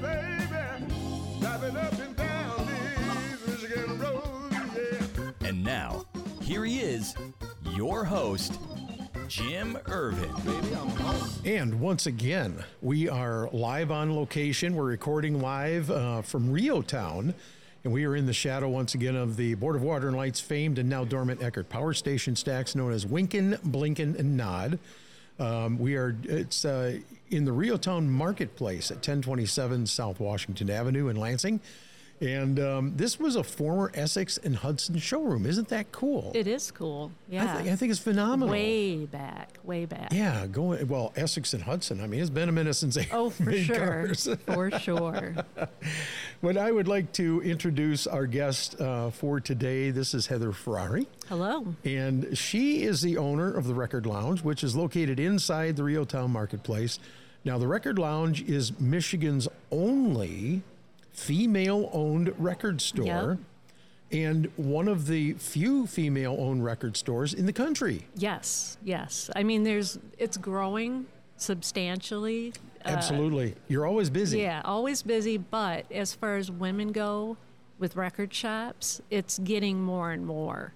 baby. Driving up and down these Michigan roads, yeah. And now, here he is, your host, Jim Irvin. And once again, we are live on location. We're recording live uh, from Rio Town. And we are in the shadow once again of the Board of Water and Light's famed and now dormant Eckerd Power Station stacks known as Winkin, Blinkin, and Nod. Um, we are it's uh, in the Rio Town Marketplace at 1027 South Washington Avenue in Lansing. And um, this was a former Essex and Hudson showroom. Isn't that cool? It is cool. Yeah. I, thi- I think it's phenomenal. way back, way back. Yeah, going well, Essex and Hudson. I mean, it's been a minute since they Oh, for made sure. cars. for sure. But I would like to introduce our guest uh, for today. This is Heather Ferrari, Hello. and she is the owner of the Record Lounge, which is located inside the Rio Town Marketplace. Now, the Record Lounge is Michigan's only female owned record store. Yep. And one of the few female owned record stores in the country. Yes, yes. I mean, there's it's growing substantially. Absolutely. You're always busy. Yeah, always busy, but as far as women go with record shops, it's getting more and more.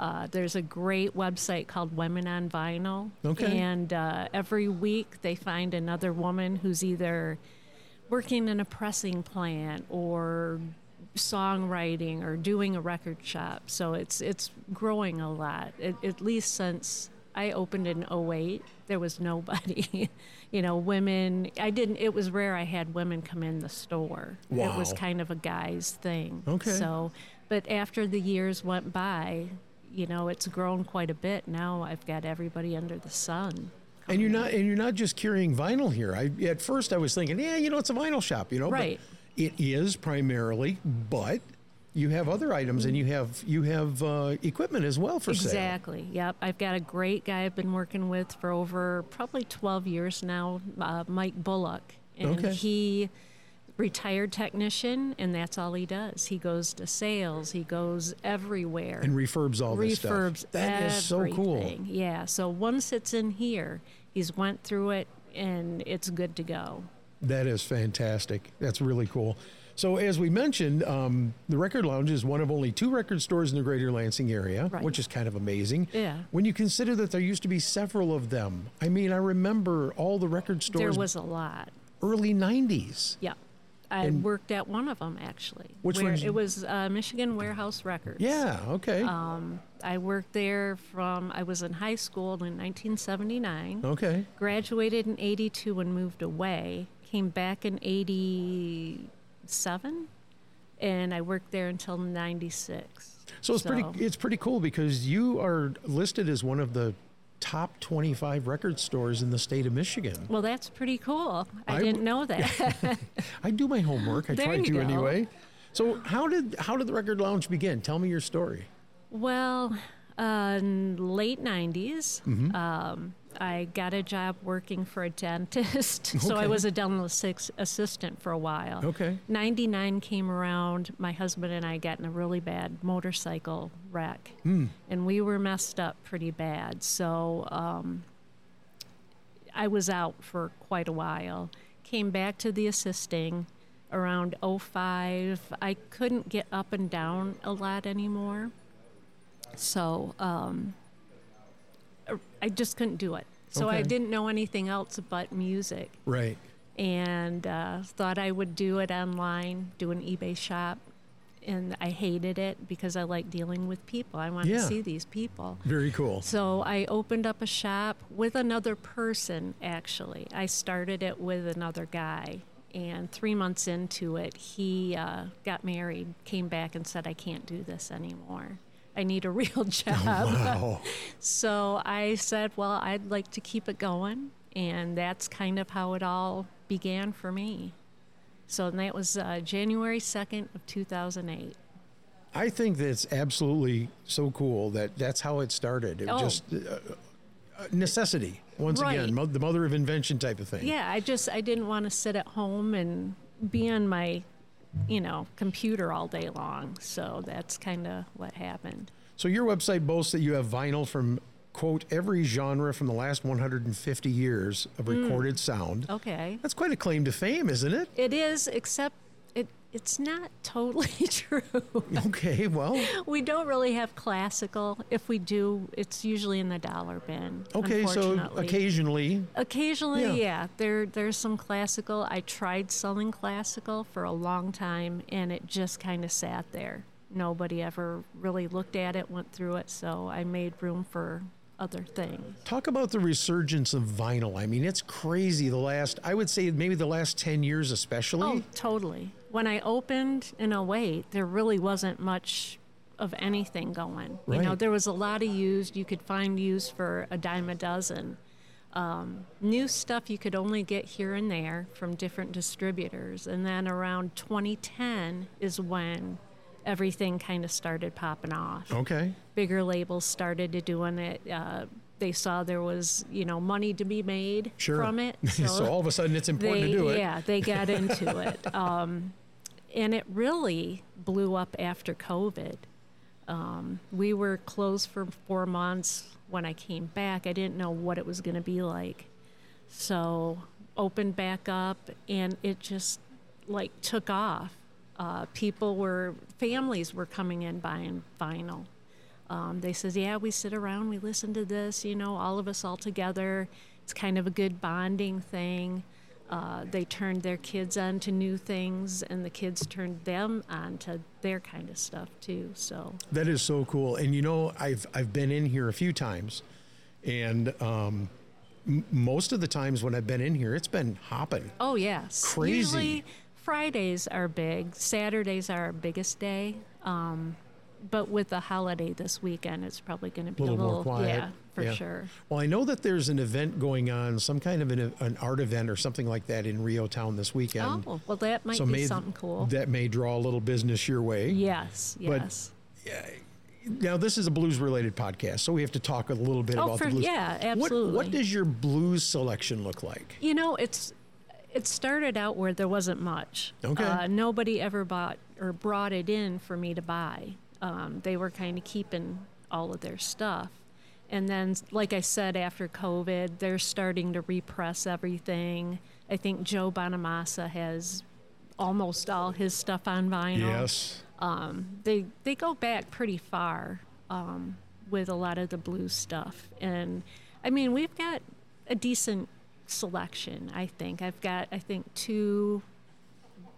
Uh, there's a great website called Women on Vinyl. Okay. And uh, every week they find another woman who's either working in a pressing plant or songwriting or doing a record shop. So it's it's growing a lot. At, at least since I opened in 08, there was nobody. you know, women. I didn't. It was rare I had women come in the store. It was Wow. kind of a guys thing. Okay. So, but after the years went by. You know, it's grown quite a bit. Now I've got everybody under the sun. And you're not and you're not just carrying vinyl here. I at first I was thinking, yeah, you know, it's a vinyl shop, you know. but Right. it is primarily, but you have other items and you have you have uh, equipment as well for sale. Exactly. Yep. I've got a great guy I've been working with for over probably 12 years now, uh, Mike Bullock. And Okay. he retired technician and that's all he does. He goes to sales, he goes everywhere. And refurbs all this stuff. refurbs That is so cool. everything. Yeah. So once it's in here, he's went through it and it's good to go. That is fantastic. That's really cool. So as we mentioned, um, the Record Lounge is one of only two record stores in the Greater Lansing area, Right. which is kind of amazing. Yeah. When you consider that there used to be several of them, I mean, I remember all the record There stores was a lot. early '90s. Yeah. I And- worked at one of them actually. Which where ones- It was uh, Michigan Warehouse Records. Yeah. Okay. Um, I worked there from I was in high school in 1979. Okay. Graduated in 82 and moved away. Came back in 87 and I worked there until 96. So it's pretty it's pretty cool because you are listed as one of the top 25 record stores in the state of Michigan. Well, that's pretty cool. I, I w- didn't know that. I do my homework. I There try you to go. anyway. So how did how did the record lounge begin? Tell me your story. well, uh, in late 90s, Mm-hmm. um, I got a job working for a dentist. so I Okay. was a dental assis- assistant for a while. Okay. 99 came around, my husband and I got in a really bad motorcycle wreck. Hmm. And we were messed up pretty bad. So um, I was out for quite a while. Came back to the assisting around 05. I couldn't get up and down a lot anymore. So um, er, I just couldn't do it. So I Okay. didn't know anything else but music Right. and uh, thought I would do it online, do an eBay shop. And I hated it because I like dealing with people. I want Yeah. to see these people. Very cool. So I opened up a shop with another person, actually. I started it with another guy. And three months into it, he uh, got married, came back, and said, I can't do this anymore. I need a real job. Wow. uh, So I said, well, I'd like to keep it going. And that's kind of how it all began for me. So and that was uh, January 2nd of 2008. I think that's absolutely so cool that that's how it started. It was Oh. just uh, uh, necessity once Right. again, mo- the mother of invention type of thing. Yeah, I just I didn't want to sit at home and be on my, you know, computer all day long. So that's kind of what happened. So your website boasts that you have vinyl from quote every genre from the last 150 years of Hmm. recorded sound. Okay. That's quite a claim to fame, isn't it? It is except it it's not totally true. Okay, well, we don't really have classical. If we do, it's usually in the dollar bin. okay, so unfortunately. occasionally, Occasionally, yeah. Yeah. There, there's some classical. I tried selling classical for a long time, and it just kind of sat there. Nobody ever really looked at it, went through it, so I made room for other things. talk about the resurgence of vinyl. I mean, it's crazy the last, I would say maybe the last 10 years especially. Oh, totally. When I opened in 08, there really wasn't much of anything going. You know, Right. there was a lot of used. You could find used for a dime a dozen. Um, new stuff you could only get here and there from different distributors. And then around 2010 is when everything kind of started popping off Okay. bigger labels started to doing it. Uh, they saw there was you know money to be made Sure. from it, So, all of a sudden it's important they to do it. yeah they got into it, um, and it really blew up after COVID. Um, we were closed for four months. When I came back, I didn't know what it was going to be like, so opened back up, and it just like took off. Uh, people were families were coming in buying vinyl. Um, they says, yeah, we sit around, we listen to this, you know, all of us all together. It's kind of a good bonding thing. Uh, they turned their kids on to new things, and the kids turned them on to their kind of stuff too. So That is so cool. And you know, I've I've been in here a few times, and um, m- most of the times when I've been in here, it's been hopping. Oh yes, Crazy. Usually Fridays are big. Saturdays are our biggest day. Um, but with the holiday this weekend, it's probably going to be A a little little, more quiet. yeah, for sure. Well, I know that there's an event going on, some kind of an, an art event or something like that in Rio Town this weekend. oh well, that might be may- something cool. That may draw a little business your way. yes, yes. Now, this is a blues related podcast, so we have to talk a little bit Oh, about for- the blues. yeah, What- what absolutely. does your blues selection look like? You know, it's it started out where there wasn't much. Okay. Uh, nobody ever bought or brought it in for me to buy. Um, they were kind of keeping all of their stuff. And then, like I said, after COVID, they're starting to repress everything. I think Joe Bonamassa has almost all his stuff on vinyl Yes. they they go back pretty far um, with a lot of the blues stuff, and I mean we've got a decent selection. I think I've got I think two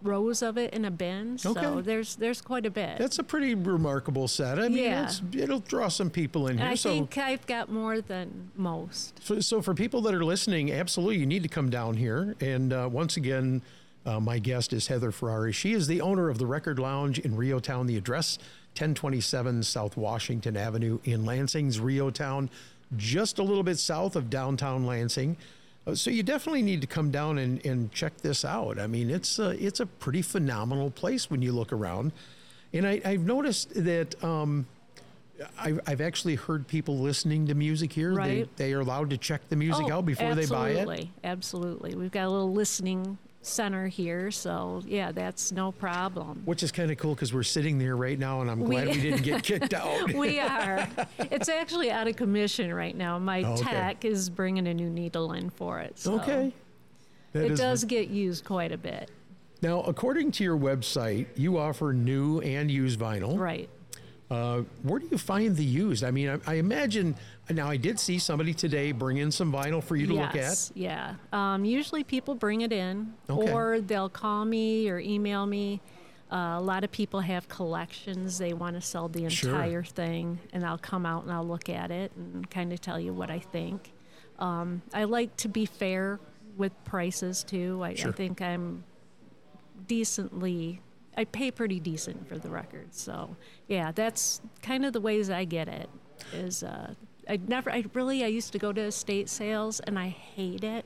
rows of it in a bin, so Okay. there's there's quite a bit. That's a pretty remarkable set. I mean, Yeah. it's, it'll draw some people in and here. I so think I've got more than most. So, so for people that are listening, absolutely, you need to come down here. And uh, once again, uh, my guest is Heather Ferrari. She is the owner of the Record Lounge in Rio Town. The address, 1027 South Washington Avenue in Lansing's Rio Town, just a little bit south of downtown Lansing. Uh, so you definitely need to come down and, and check this out. I mean, it's a, it's a pretty phenomenal place when you look around. And I, I've noticed that um, I've, I've actually heard people listening to music here. Right. They, they are allowed to check the music Oh, out before they buy it. absolutely, absolutely. We've got a little listening center here, so yeah, that's no problem. Which is kind of cool because we're sitting there right now, and I'm glad we, We- didn't get kicked out. we are. It's actually out of commission right now. My Oh, okay. tech is bringing a new needle in for it. so okay. That It is- does get used quite a bit. Now, according to your website, you offer new and used vinyl. Right. Uh, where do you find the used? I mean, I, I imagine. Now, I did see somebody today bring in some vinyl for you to look at. yes. Yeah. Um, usually people bring it in, Okay. or they'll call me or email me. Uh, a lot of people have collections. They want to sell the Sure. entire thing, and I'll come out and I'll look at it and kind of tell you what I think. Um, I like to be fair with prices too. I, Sure. I think I'm decently. I pay pretty decent for the record, so yeah, that's kind of the ways I get it. Is uh, I never, I really, I used to go to estate sales and I hate it.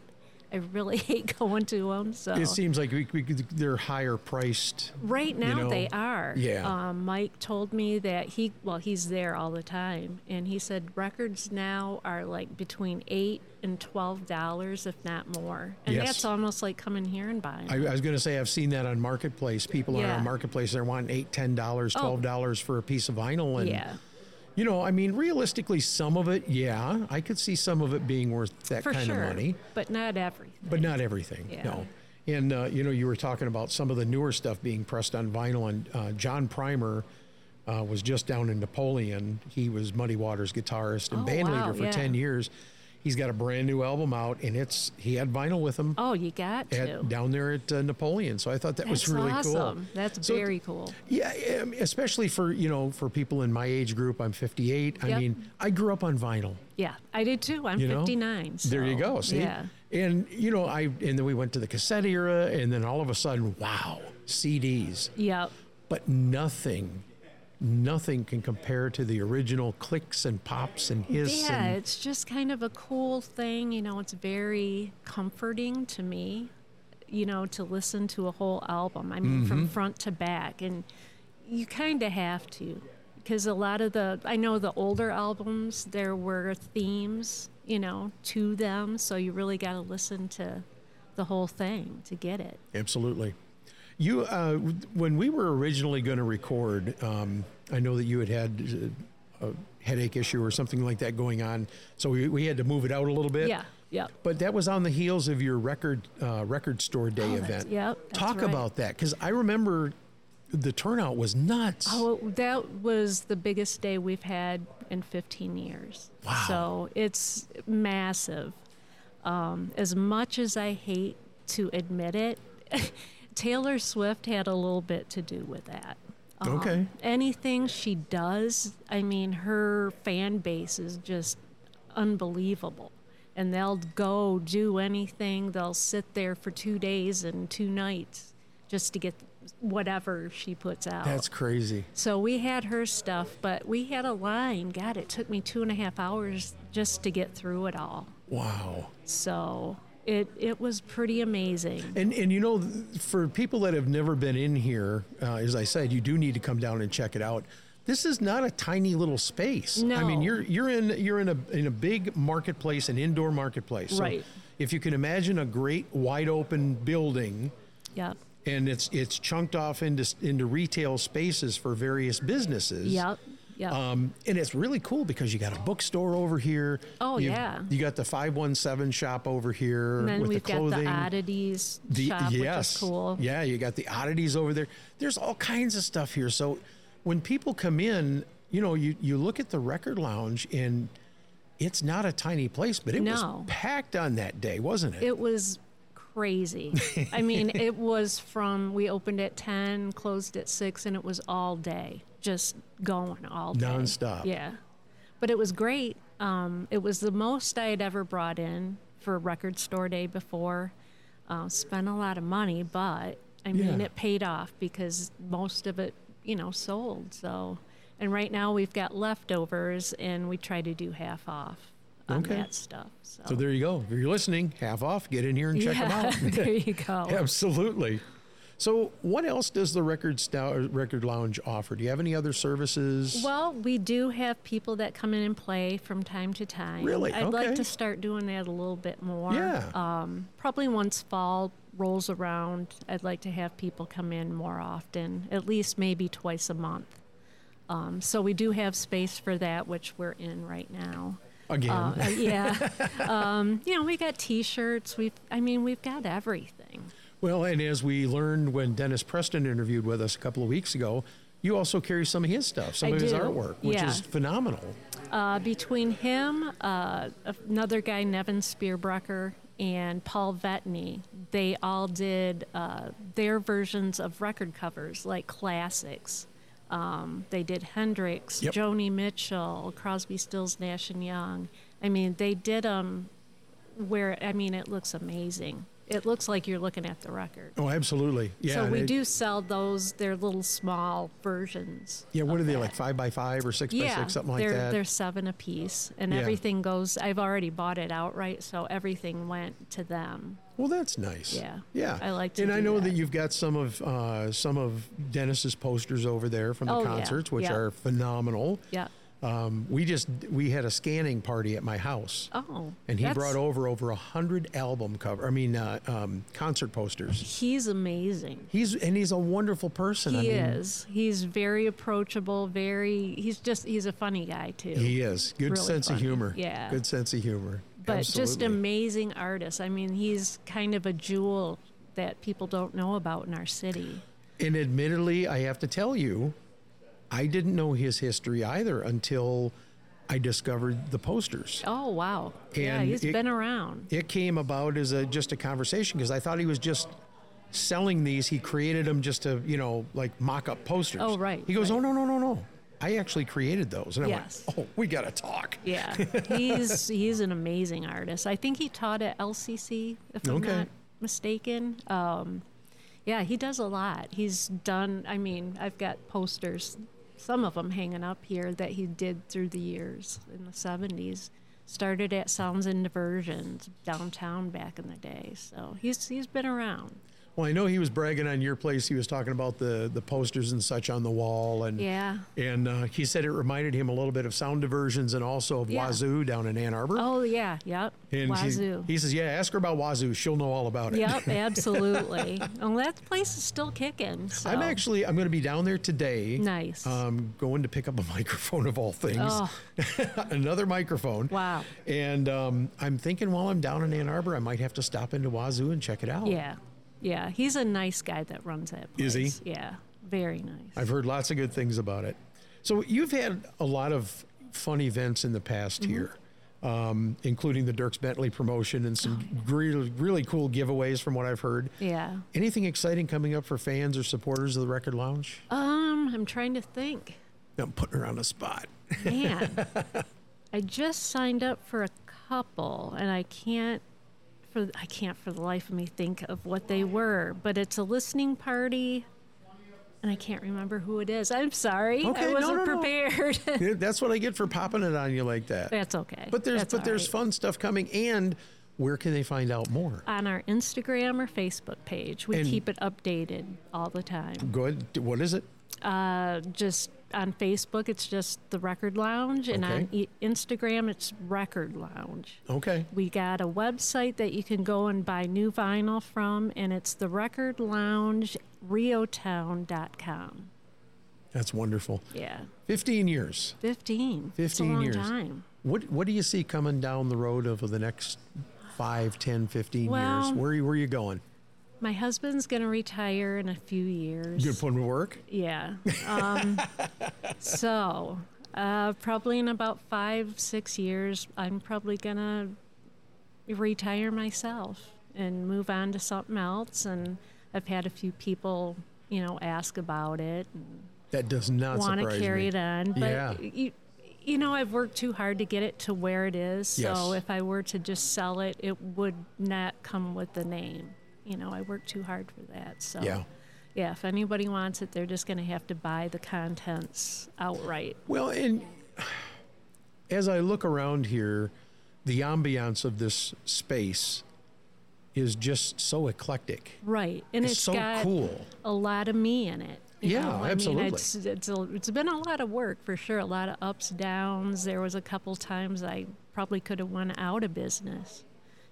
I really hate going to them. So It seems like we, we, could- they're higher priced. Right now, know? they are. Yeah. Um, Mike told me that he, well, he's there all the time, and he said records now are like between eight and twelve dollars, if not more. And Yes. that's almost like coming here and buying. I, I was going to say I've seen that on marketplace. People are Yeah. on marketplace. They're wanting eight, ten dollars, Oh. twelve dollars for a piece of vinyl, and yeah. you know, I mean, realistically, some of it, yeah, I could see some of it being worth that For kind sure. of money. But not everything. but not everything. Yeah. No. And uh, you know, you were talking about some of the newer stuff being pressed on vinyl, and uh, John Primer uh, was just down in Napoleon. He was Muddy Waters' guitarist and Oh, band wow, leader for yeah. ten years. He's got a brand new album out, and it's he had vinyl with him oh, you got to. at, down there at uh, Napoleon. So I thought that that's was really awesome. cool. That's So- very cool. Yeah, I mean, especially for you know for people in my age group. I'm 58. I Yep. mean, I grew up on vinyl. Yeah, I did too. I'm You know? 59. There you so, go. See, Yeah. and you know, I and then we went to the cassette era, and then all of a sudden, wow, CDs. Yep. But nothing, nothing can compare to the original clicks and pops and hiss. Yeah, and, it's just kind of a cool thing. You know, it's very comforting to me, you know, to listen to a whole album. I mean, from Mm-hmm. front to back. And you kind of have to, because a lot of the, I know the older albums, there were themes, you know, to them. So you really got to listen to the whole thing to get it. Absolutely. You, uh, w- when we were originally going to record, um, I know that you had had uh, a headache issue or something like that going on, so we, we had to move it out a little bit. Yeah, yep. But that was on the heels of your record uh, record store day that's- event. yep, that's Talk right. about that because I remember the turnout was nuts. Oh, Well, that was the biggest day we've had in 15 years. Wow. So it's massive. Um, as much as I hate to admit it, Taylor Swift had a little bit to do with that. uh-huh. Okay. Anything she does, I mean, her fan base is just unbelievable. And they'll go do anything. They'll sit there for two days and two nights just to get whatever she puts out. That's crazy. So we had her stuff, but we had a line. God, it took me two and a half hours just to get through it all. Wow. So it it was pretty amazing. And and you know, th- for people that have never been in here, uh, as I said, you do need to come down and check it out. This is not a tiny little space. I mean, No. you're you're in you're in a in a big marketplace, an indoor marketplace. So Right. If you can imagine a great wide open building, Yep. and it's it's chunked off into s- into retail spaces for various businesses. Yep. Yep. Um, and it's really cool because you got a bookstore over here. Oh, You've- yeah. You got the five one seven shop over here and then with we've the got clothing. the oddities The- shop, yes. which is cool. Yeah, you got the oddities over there. There's all kinds of stuff here. So when people come in, you know, you, you look at the record lounge and it's not a tiny place, but it was No. packed on that day, wasn't it? It was crazy. I mean, it was from we opened at ten, closed at six, and it was all day, just going all day, Nonstop. Yeah, but it was great. Um, it was the most I had ever brought in for record store day before. Uh, spent a lot of money, but I mean, Yeah. it paid off because most of it, you know, sold. So, and right now we've got leftovers, and we try to do half off on Okay. that stuff. So, so there you go. If you're listening, half off, get in here and check them out. there you go. Absolutely. So, what else does the record stou- record lounge offer? Do you have any other services? Well, we do have people that come in and play from time to time. Really? I'd like Okay. to start doing that a little bit more. Yeah. Um, probably once fall rolls around, I'd like to have people come in more often, at least maybe twice a month. Um, so we do have space for that, which we're in right now. Again, Uh, uh, yeah. um, you know, we got T-shirts. We've, I mean, we've got everything. Well, and as we learned when Dennis Preston interviewed with us a couple of weeks ago, you also carry some of his stuff, some I of his do, artwork, which yeah. is phenomenal. Uh, between him, uh, another guy, Nevin Spearbrecker, and Paul Vetney, they all did uh, their versions of record covers, like classics. Um, they did Hendrix, Yep. Joni Mitchell, Crosby, Stills, Nash and Young. I mean, they did them where I mean, it looks amazing. it looks like you're looking at the record. Oh, absolutely. Yeah. so and we it- do sell those. They're little small versions. Yeah. What of are they that. like? Five by five or six Yeah, by six, something like they're, that. They're seven a piece, and Yeah. everything goes. I've already bought it outright, so everything went to them. Well, that's nice. Yeah. Yeah. I like to And I do know that. that. you've got some of uh, some of Dennis's posters over there from the Oh, yeah. concerts, which Yeah. are phenomenal. Yeah. Um, we just we had a scanning party at my house, Oh. and he that's- brought over over a hundred album cover. I mean, uh, um, concert posters. He's amazing. He's and he's a wonderful person. I He mean, is. He's very approachable. Very. He's just. He's a funny guy too. He is good Really sense of funny. humor. Yeah. Good sense of humor. but just Absolutely. amazing artist. I mean, he's kind of a jewel that people don't know about in our city. And admittedly, I have to tell you, I didn't know his history either until I discovered the posters. Oh wow! yeah, And he's it- been around. It came about as a just a conversation because I thought he was just selling these. He created them just to you know like mock up posters. Oh, right, He goes, right. oh no no no no, I actually created those, and I Yes. went, oh we gotta talk. Yeah, he's he's an amazing artist. I think he taught at LCC, if I'm Okay. not mistaken. Um, yeah, he does a lot. He's done. I mean, I've got posters, some of them hanging up here that he did through the years in the '70s. Started at Sounds and Diversions downtown back in the day, so he's he's been around. Well, I know he was bragging on your place. He was talking about the the posters and such on the wall, and Yeah. and uh, he said it reminded him a little bit of Sound Diversions and also of Yeah. Wazoo down in Ann Arbor. Oh yeah, yep. And she- Wazoo. he says, "Yeah, ask her about Wazoo. She'll know all about it." Yep, absolutely. well, that place is still kicking. So. I'm actually I'm going to be down there today. Oh. Nice. Um, going to pick up a microphone of all things, Oh. another microphone. Wow. And um, I'm thinking while I'm down in Ann Arbor, I might have to stop into Wazoo and check it out. Yeah, yeah. He's a nice guy that runs that. Place. Is he? Yeah, very nice. I've heard lots of good things about it. So you've had a lot of fun events in the past Mm-hmm. here, um, including the Dirks Bentley promotion and some really really cool giveaways from what I've heard. yeah. Anything exciting coming up for fans or supporters of the Record Lounge? Um, I'm trying to think. I'm putting her on the spot. Man, I just signed up for a couple, and I can't. For, I can't for the life of me think of what they were, but it's a listening party, and I can't remember who it is. I'm sorry, Okay, I no, wasn't no, no. prepared. Yeah, That's what I get for popping it on you like that. That's okay. But there's That's but all there's right. fun stuff coming, and where can they find out more? on our Instagram or Facebook page. We And- keep it updated all the time. Go ahead. What is it? Uh, just on Facebook, it's just the Record Lounge, and on Okay. e- Instagram, it's Record Lounge. Okay. We got a website that you can go and buy new vinyl from, and it's the Record Lounge Riotown.com. That's wonderful. Yeah, 15 years. 15. It's a 15 long years. time. What what do you see coming down the road over the next 5, 10, 15 Well- years? Where are you- where are you going? My husband's going to retire in a few years. You gonna put him to work? Yeah. Um, so, uh, probably in about five, six years, I'm probably going to retire myself and move on to something else. And I've had a few people, you know, ask about it and That does not want to surprise carry me. it on. But, Yeah. you, you know, I've worked too hard to get it to where it is. So, Yes. if I were to just sell it, it would not come with the name. You know, I worked too hard for that. So, Yeah. yeah, if anybody wants it, they're just going to have to buy the contents outright. Well, and as I look around here, the ambiance of this space is just so eclectic. Right. And It's it's so got cool. a lot of me in it. you Yeah, know? I absolutely. Mean, it's, it's, a, it's been a lot of work for sure, a lot of ups, downs. There was a couple times I probably could have went out of business,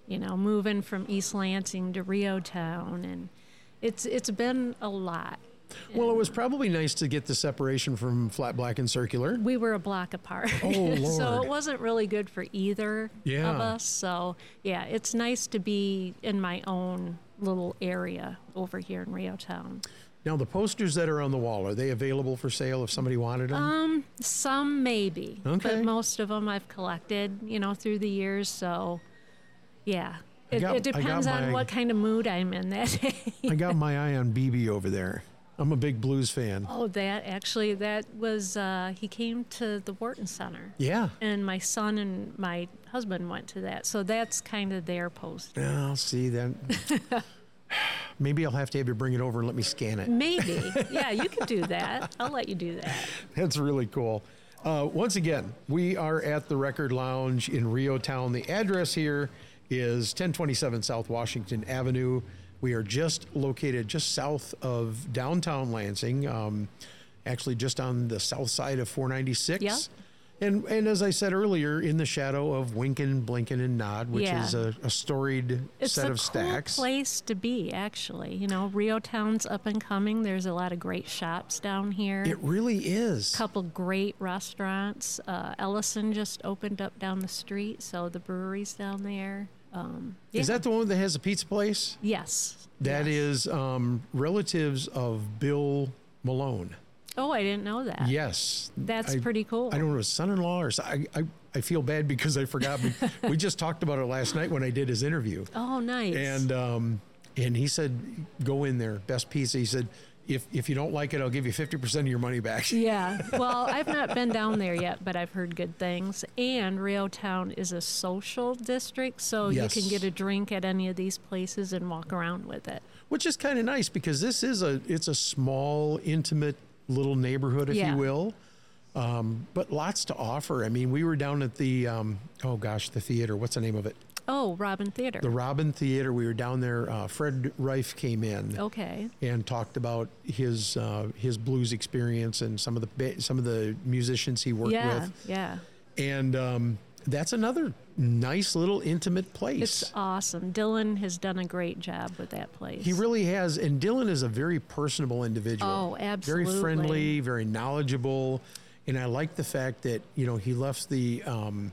you know, moving from East Lansing to Rio Town. And it's it's been a lot. Well, it was probably nice to get the separation from Flat Black and Circular. we were a block apart. Oh, so Lord. it wasn't really good for either Yeah. of us. So yeah, it's nice to be in my own little area over here in Rio Town. Now, the posters that are on the wall, are they available for sale if somebody wanted them? Uh, Some maybe, Okay. but most of them I've collected, you know, through the years. So yeah, I it, got- it I got depends on my- what kind of mood I'm in that day. I got my eye on BB over there. I'm a big blues fan. Oh, that actually, that was, uh, he came to the Wharton Center. Yeah. And my son and my husband went to that. So that's kind of their post. I'll see that. Maybe I'll have to have you bring it over and let me scan it. Maybe. yeah, you can do that. I'll let you do that. That's really cool. Uh, once again, we are at the Record Lounge in Rio Town. The address here is 1027 South Washington Avenue. We are just located just south of downtown Lansing, um, actually just on the south side of 496. Yeah. And, and as I said earlier, in the shadow of Winkin, Blinkin, and Nod, which Yeah. is a, a storied It's set a of cool stacks. place to be, actually. You know, Rio Town's up and coming. There's a lot of great shops down here. It really is. couple great restaurants. Uh, Ellison just opened up down the street, so the brewery's down there. Um, Is yeah. that the one that has a pizza place? yes? That yes. is um, relatives of Bill Malone. Oh, I didn't know that. Yes, That's I- pretty cool. I don't know, his son-in-law or so- I, I. I feel bad because I forgot. but we just talked about it last night when I did his interview, Oh, nice. and um, and he said, "Go in there, best pizza." He said, "If if you don't like it, I'll give you fifty percent of your money back." yeah, well, I've not been down there yet, but I've heard good things. And Rio Town is a social district, so you Yes. can get a drink at any of these places and walk around with it. Which is kind of nice because this is a it's a small, intimate little neighborhood, if Yeah. you will. Um, but lots to offer. I mean, we were down at the um, oh gosh, the theater. What's the name of it? Oh, Robin Theater. the Robin Theater. We were down there. Uh, Fred Reif came in okay. and talked about his uh, his blues experience and some of the ba- some of the musicians he worked Yeah, with. yeah. And um, that's another nice little intimate place. It's awesome. Dylan has done a great job with that place. he really has, and Dylan is a very personable individual. Oh, Very friendly, absolutely. very knowledgeable, and I like the fact that you know he left the um,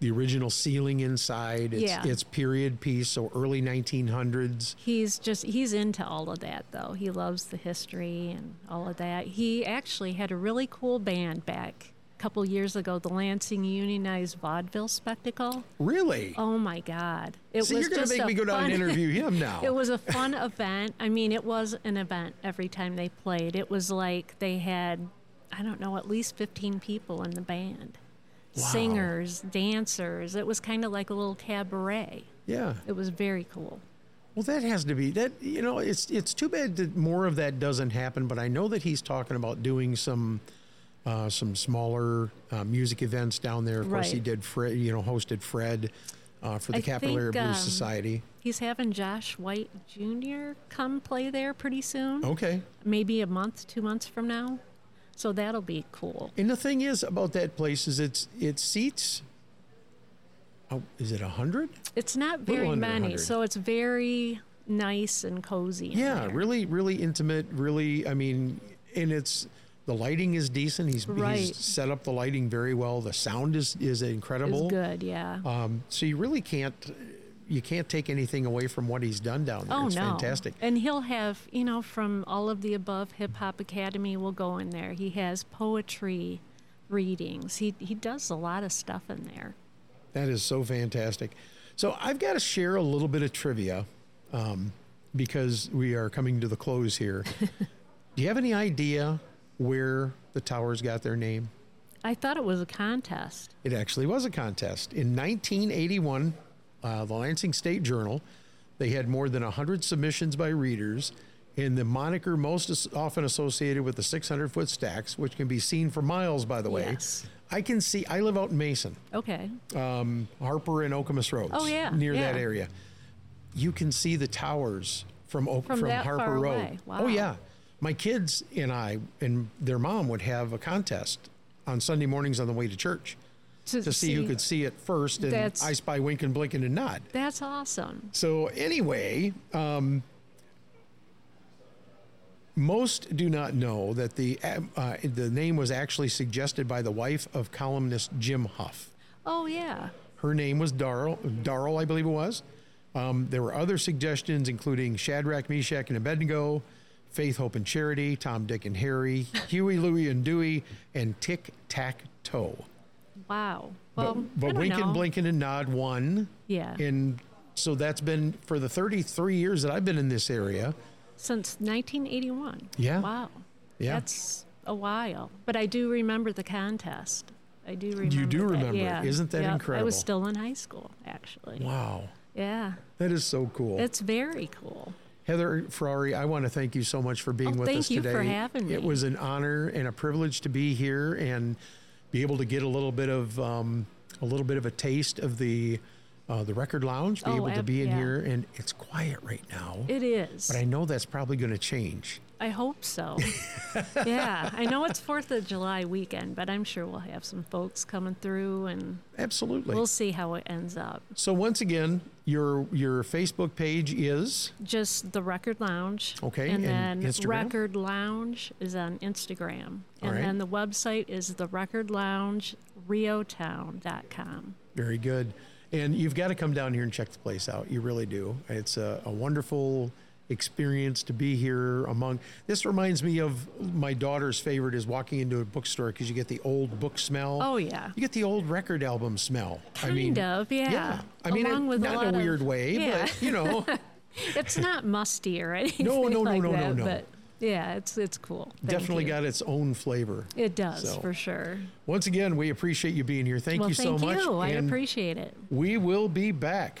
the original ceiling inside. It's, Yeah. it's period piece, so early 1900s. He's just he's into all of that though. He loves the history and all of that. He actually had a really cool band back a couple years ago, the Lansing Unionized Vaudeville Spectacle. Really? Oh my God! It So you're going just to make a me go down and fun- interview him now. It was a fun event. I mean, it was an event every time they played. It was like they had, I don't know, at least 15 people in the band singers, dancers. It was kind of like a little cabaret. yeah. It was very cool. Well, that has to be that. You know, it's it's too bad that more of that doesn't happen. But I know that he's talking about doing some uh, some smaller uh, music events down there. Of course, he Right. did. Fred, you know, hosted Fred uh, for the I Capillary think, Blues um, Society. He's having Josh White Jr. come play there pretty soon, Okay. maybe a month, two months from now. So that'll be cool. And the thing is about that place is it's it seats. Oh, is it a hundred? It's not Little very under many, 100. so it's very nice and cozy. in Yeah, there. really, really intimate. Really, I mean, and it's the lighting is decent. He's, Right. he's set up the lighting very well. The sound is is It's incredible. good, yeah. Um, so you really can't you can't take anything away from what he's done down there. Oh it's no! fantastic. And he'll have you know from all of the above. Hip Hop Academy will go in there. He has poetry readings. He he does a lot of stuff in there. That is so fantastic. So I've got to share a little bit of trivia um, because we are coming to the close here. Do you have any idea where the towers got their name? I thought it was a contest. It actually was a contest. In 1981, uh, the Lansing State Journal, they had more than 100 submissions by readers, and the moniker most as- often associated with the 600 foot stacks, which can be seen for miles, by the way. Yes. I can see, I live out in Mason, Okay. um, Harper and Okemos Roads. Oh, yeah, Near yeah. that area. You can see the towers from, Oak From from, that Harper far Road. away. Oh, Wow. yeah. My kids and I and their mom would have a contest on Sunday mornings on the way to church to see, who could see it first and That's- I spy winking, blinking, and nod. That's awesome. So anyway, um, most do not know that the um, uh, the name was actually suggested by the wife of columnist Jim Huff. Oh yeah. Her name was Darl, Darl, I believe it was. Um, there were other suggestions, including Shadrach, Meshach, and Abednego, Faith, Hope, and Charity, Tom, Dick, and Harry, Huey, Louie, and Dewey, and Tic Tac Toe. Wow. Well, But, Um, I but don't Winkin, know. Blinkin, and Nod won. Yeah. And so that's been for the 33 years that I've been in this area. Since 1981. Yeah. Wow. Yeah. That's a while. But I do remember the contest. I do remember. do that. remember it. Yeah. Isn't that Yep. I incredible? was still in high school, actually. Wow. Yeah. That is so cool. It's very cool. Heather Ferrari, I want to thank you so much for being Oh, with thank us you today. for having It me. was an honor and a privilege to be here and be able to get a little bit of um, a little bit of a taste of the uh, the record lounge. Be Oh, able to ab- be in yeah. here, and it's quiet right now. It is. but I know that's probably going to change. I hope so. yeah, I know it's Fourth of July weekend, but I'm sure we'll have some folks coming through, and Absolutely. we'll see how it ends up. so once again, your your Facebook page is Just the Record Lounge. Okay, and, and then Instagram? Record Lounge is on Instagram, All and right. then the website is the Record Lounge Riotown.com. Very good. And you've got to come down here and check the place out. You really do. It's a, a wonderful experience to be here among. This reminds me of my daughter's favorite is walking into a bookstore because you get the old book smell. Oh, yeah. You get the old record album smell. Kind of, yeah. I mean, it- Along with a not lot in of- a weird way, yeah. but you know, It's not musty or anything. no, no, like no, no, that, no. But yeah, it's it's cool. Thank definitely you. got its own flavor. It does So, for sure. Once again, we appreciate you being here. Thank well, you so thank much. you. I and appreciate it. We will be back.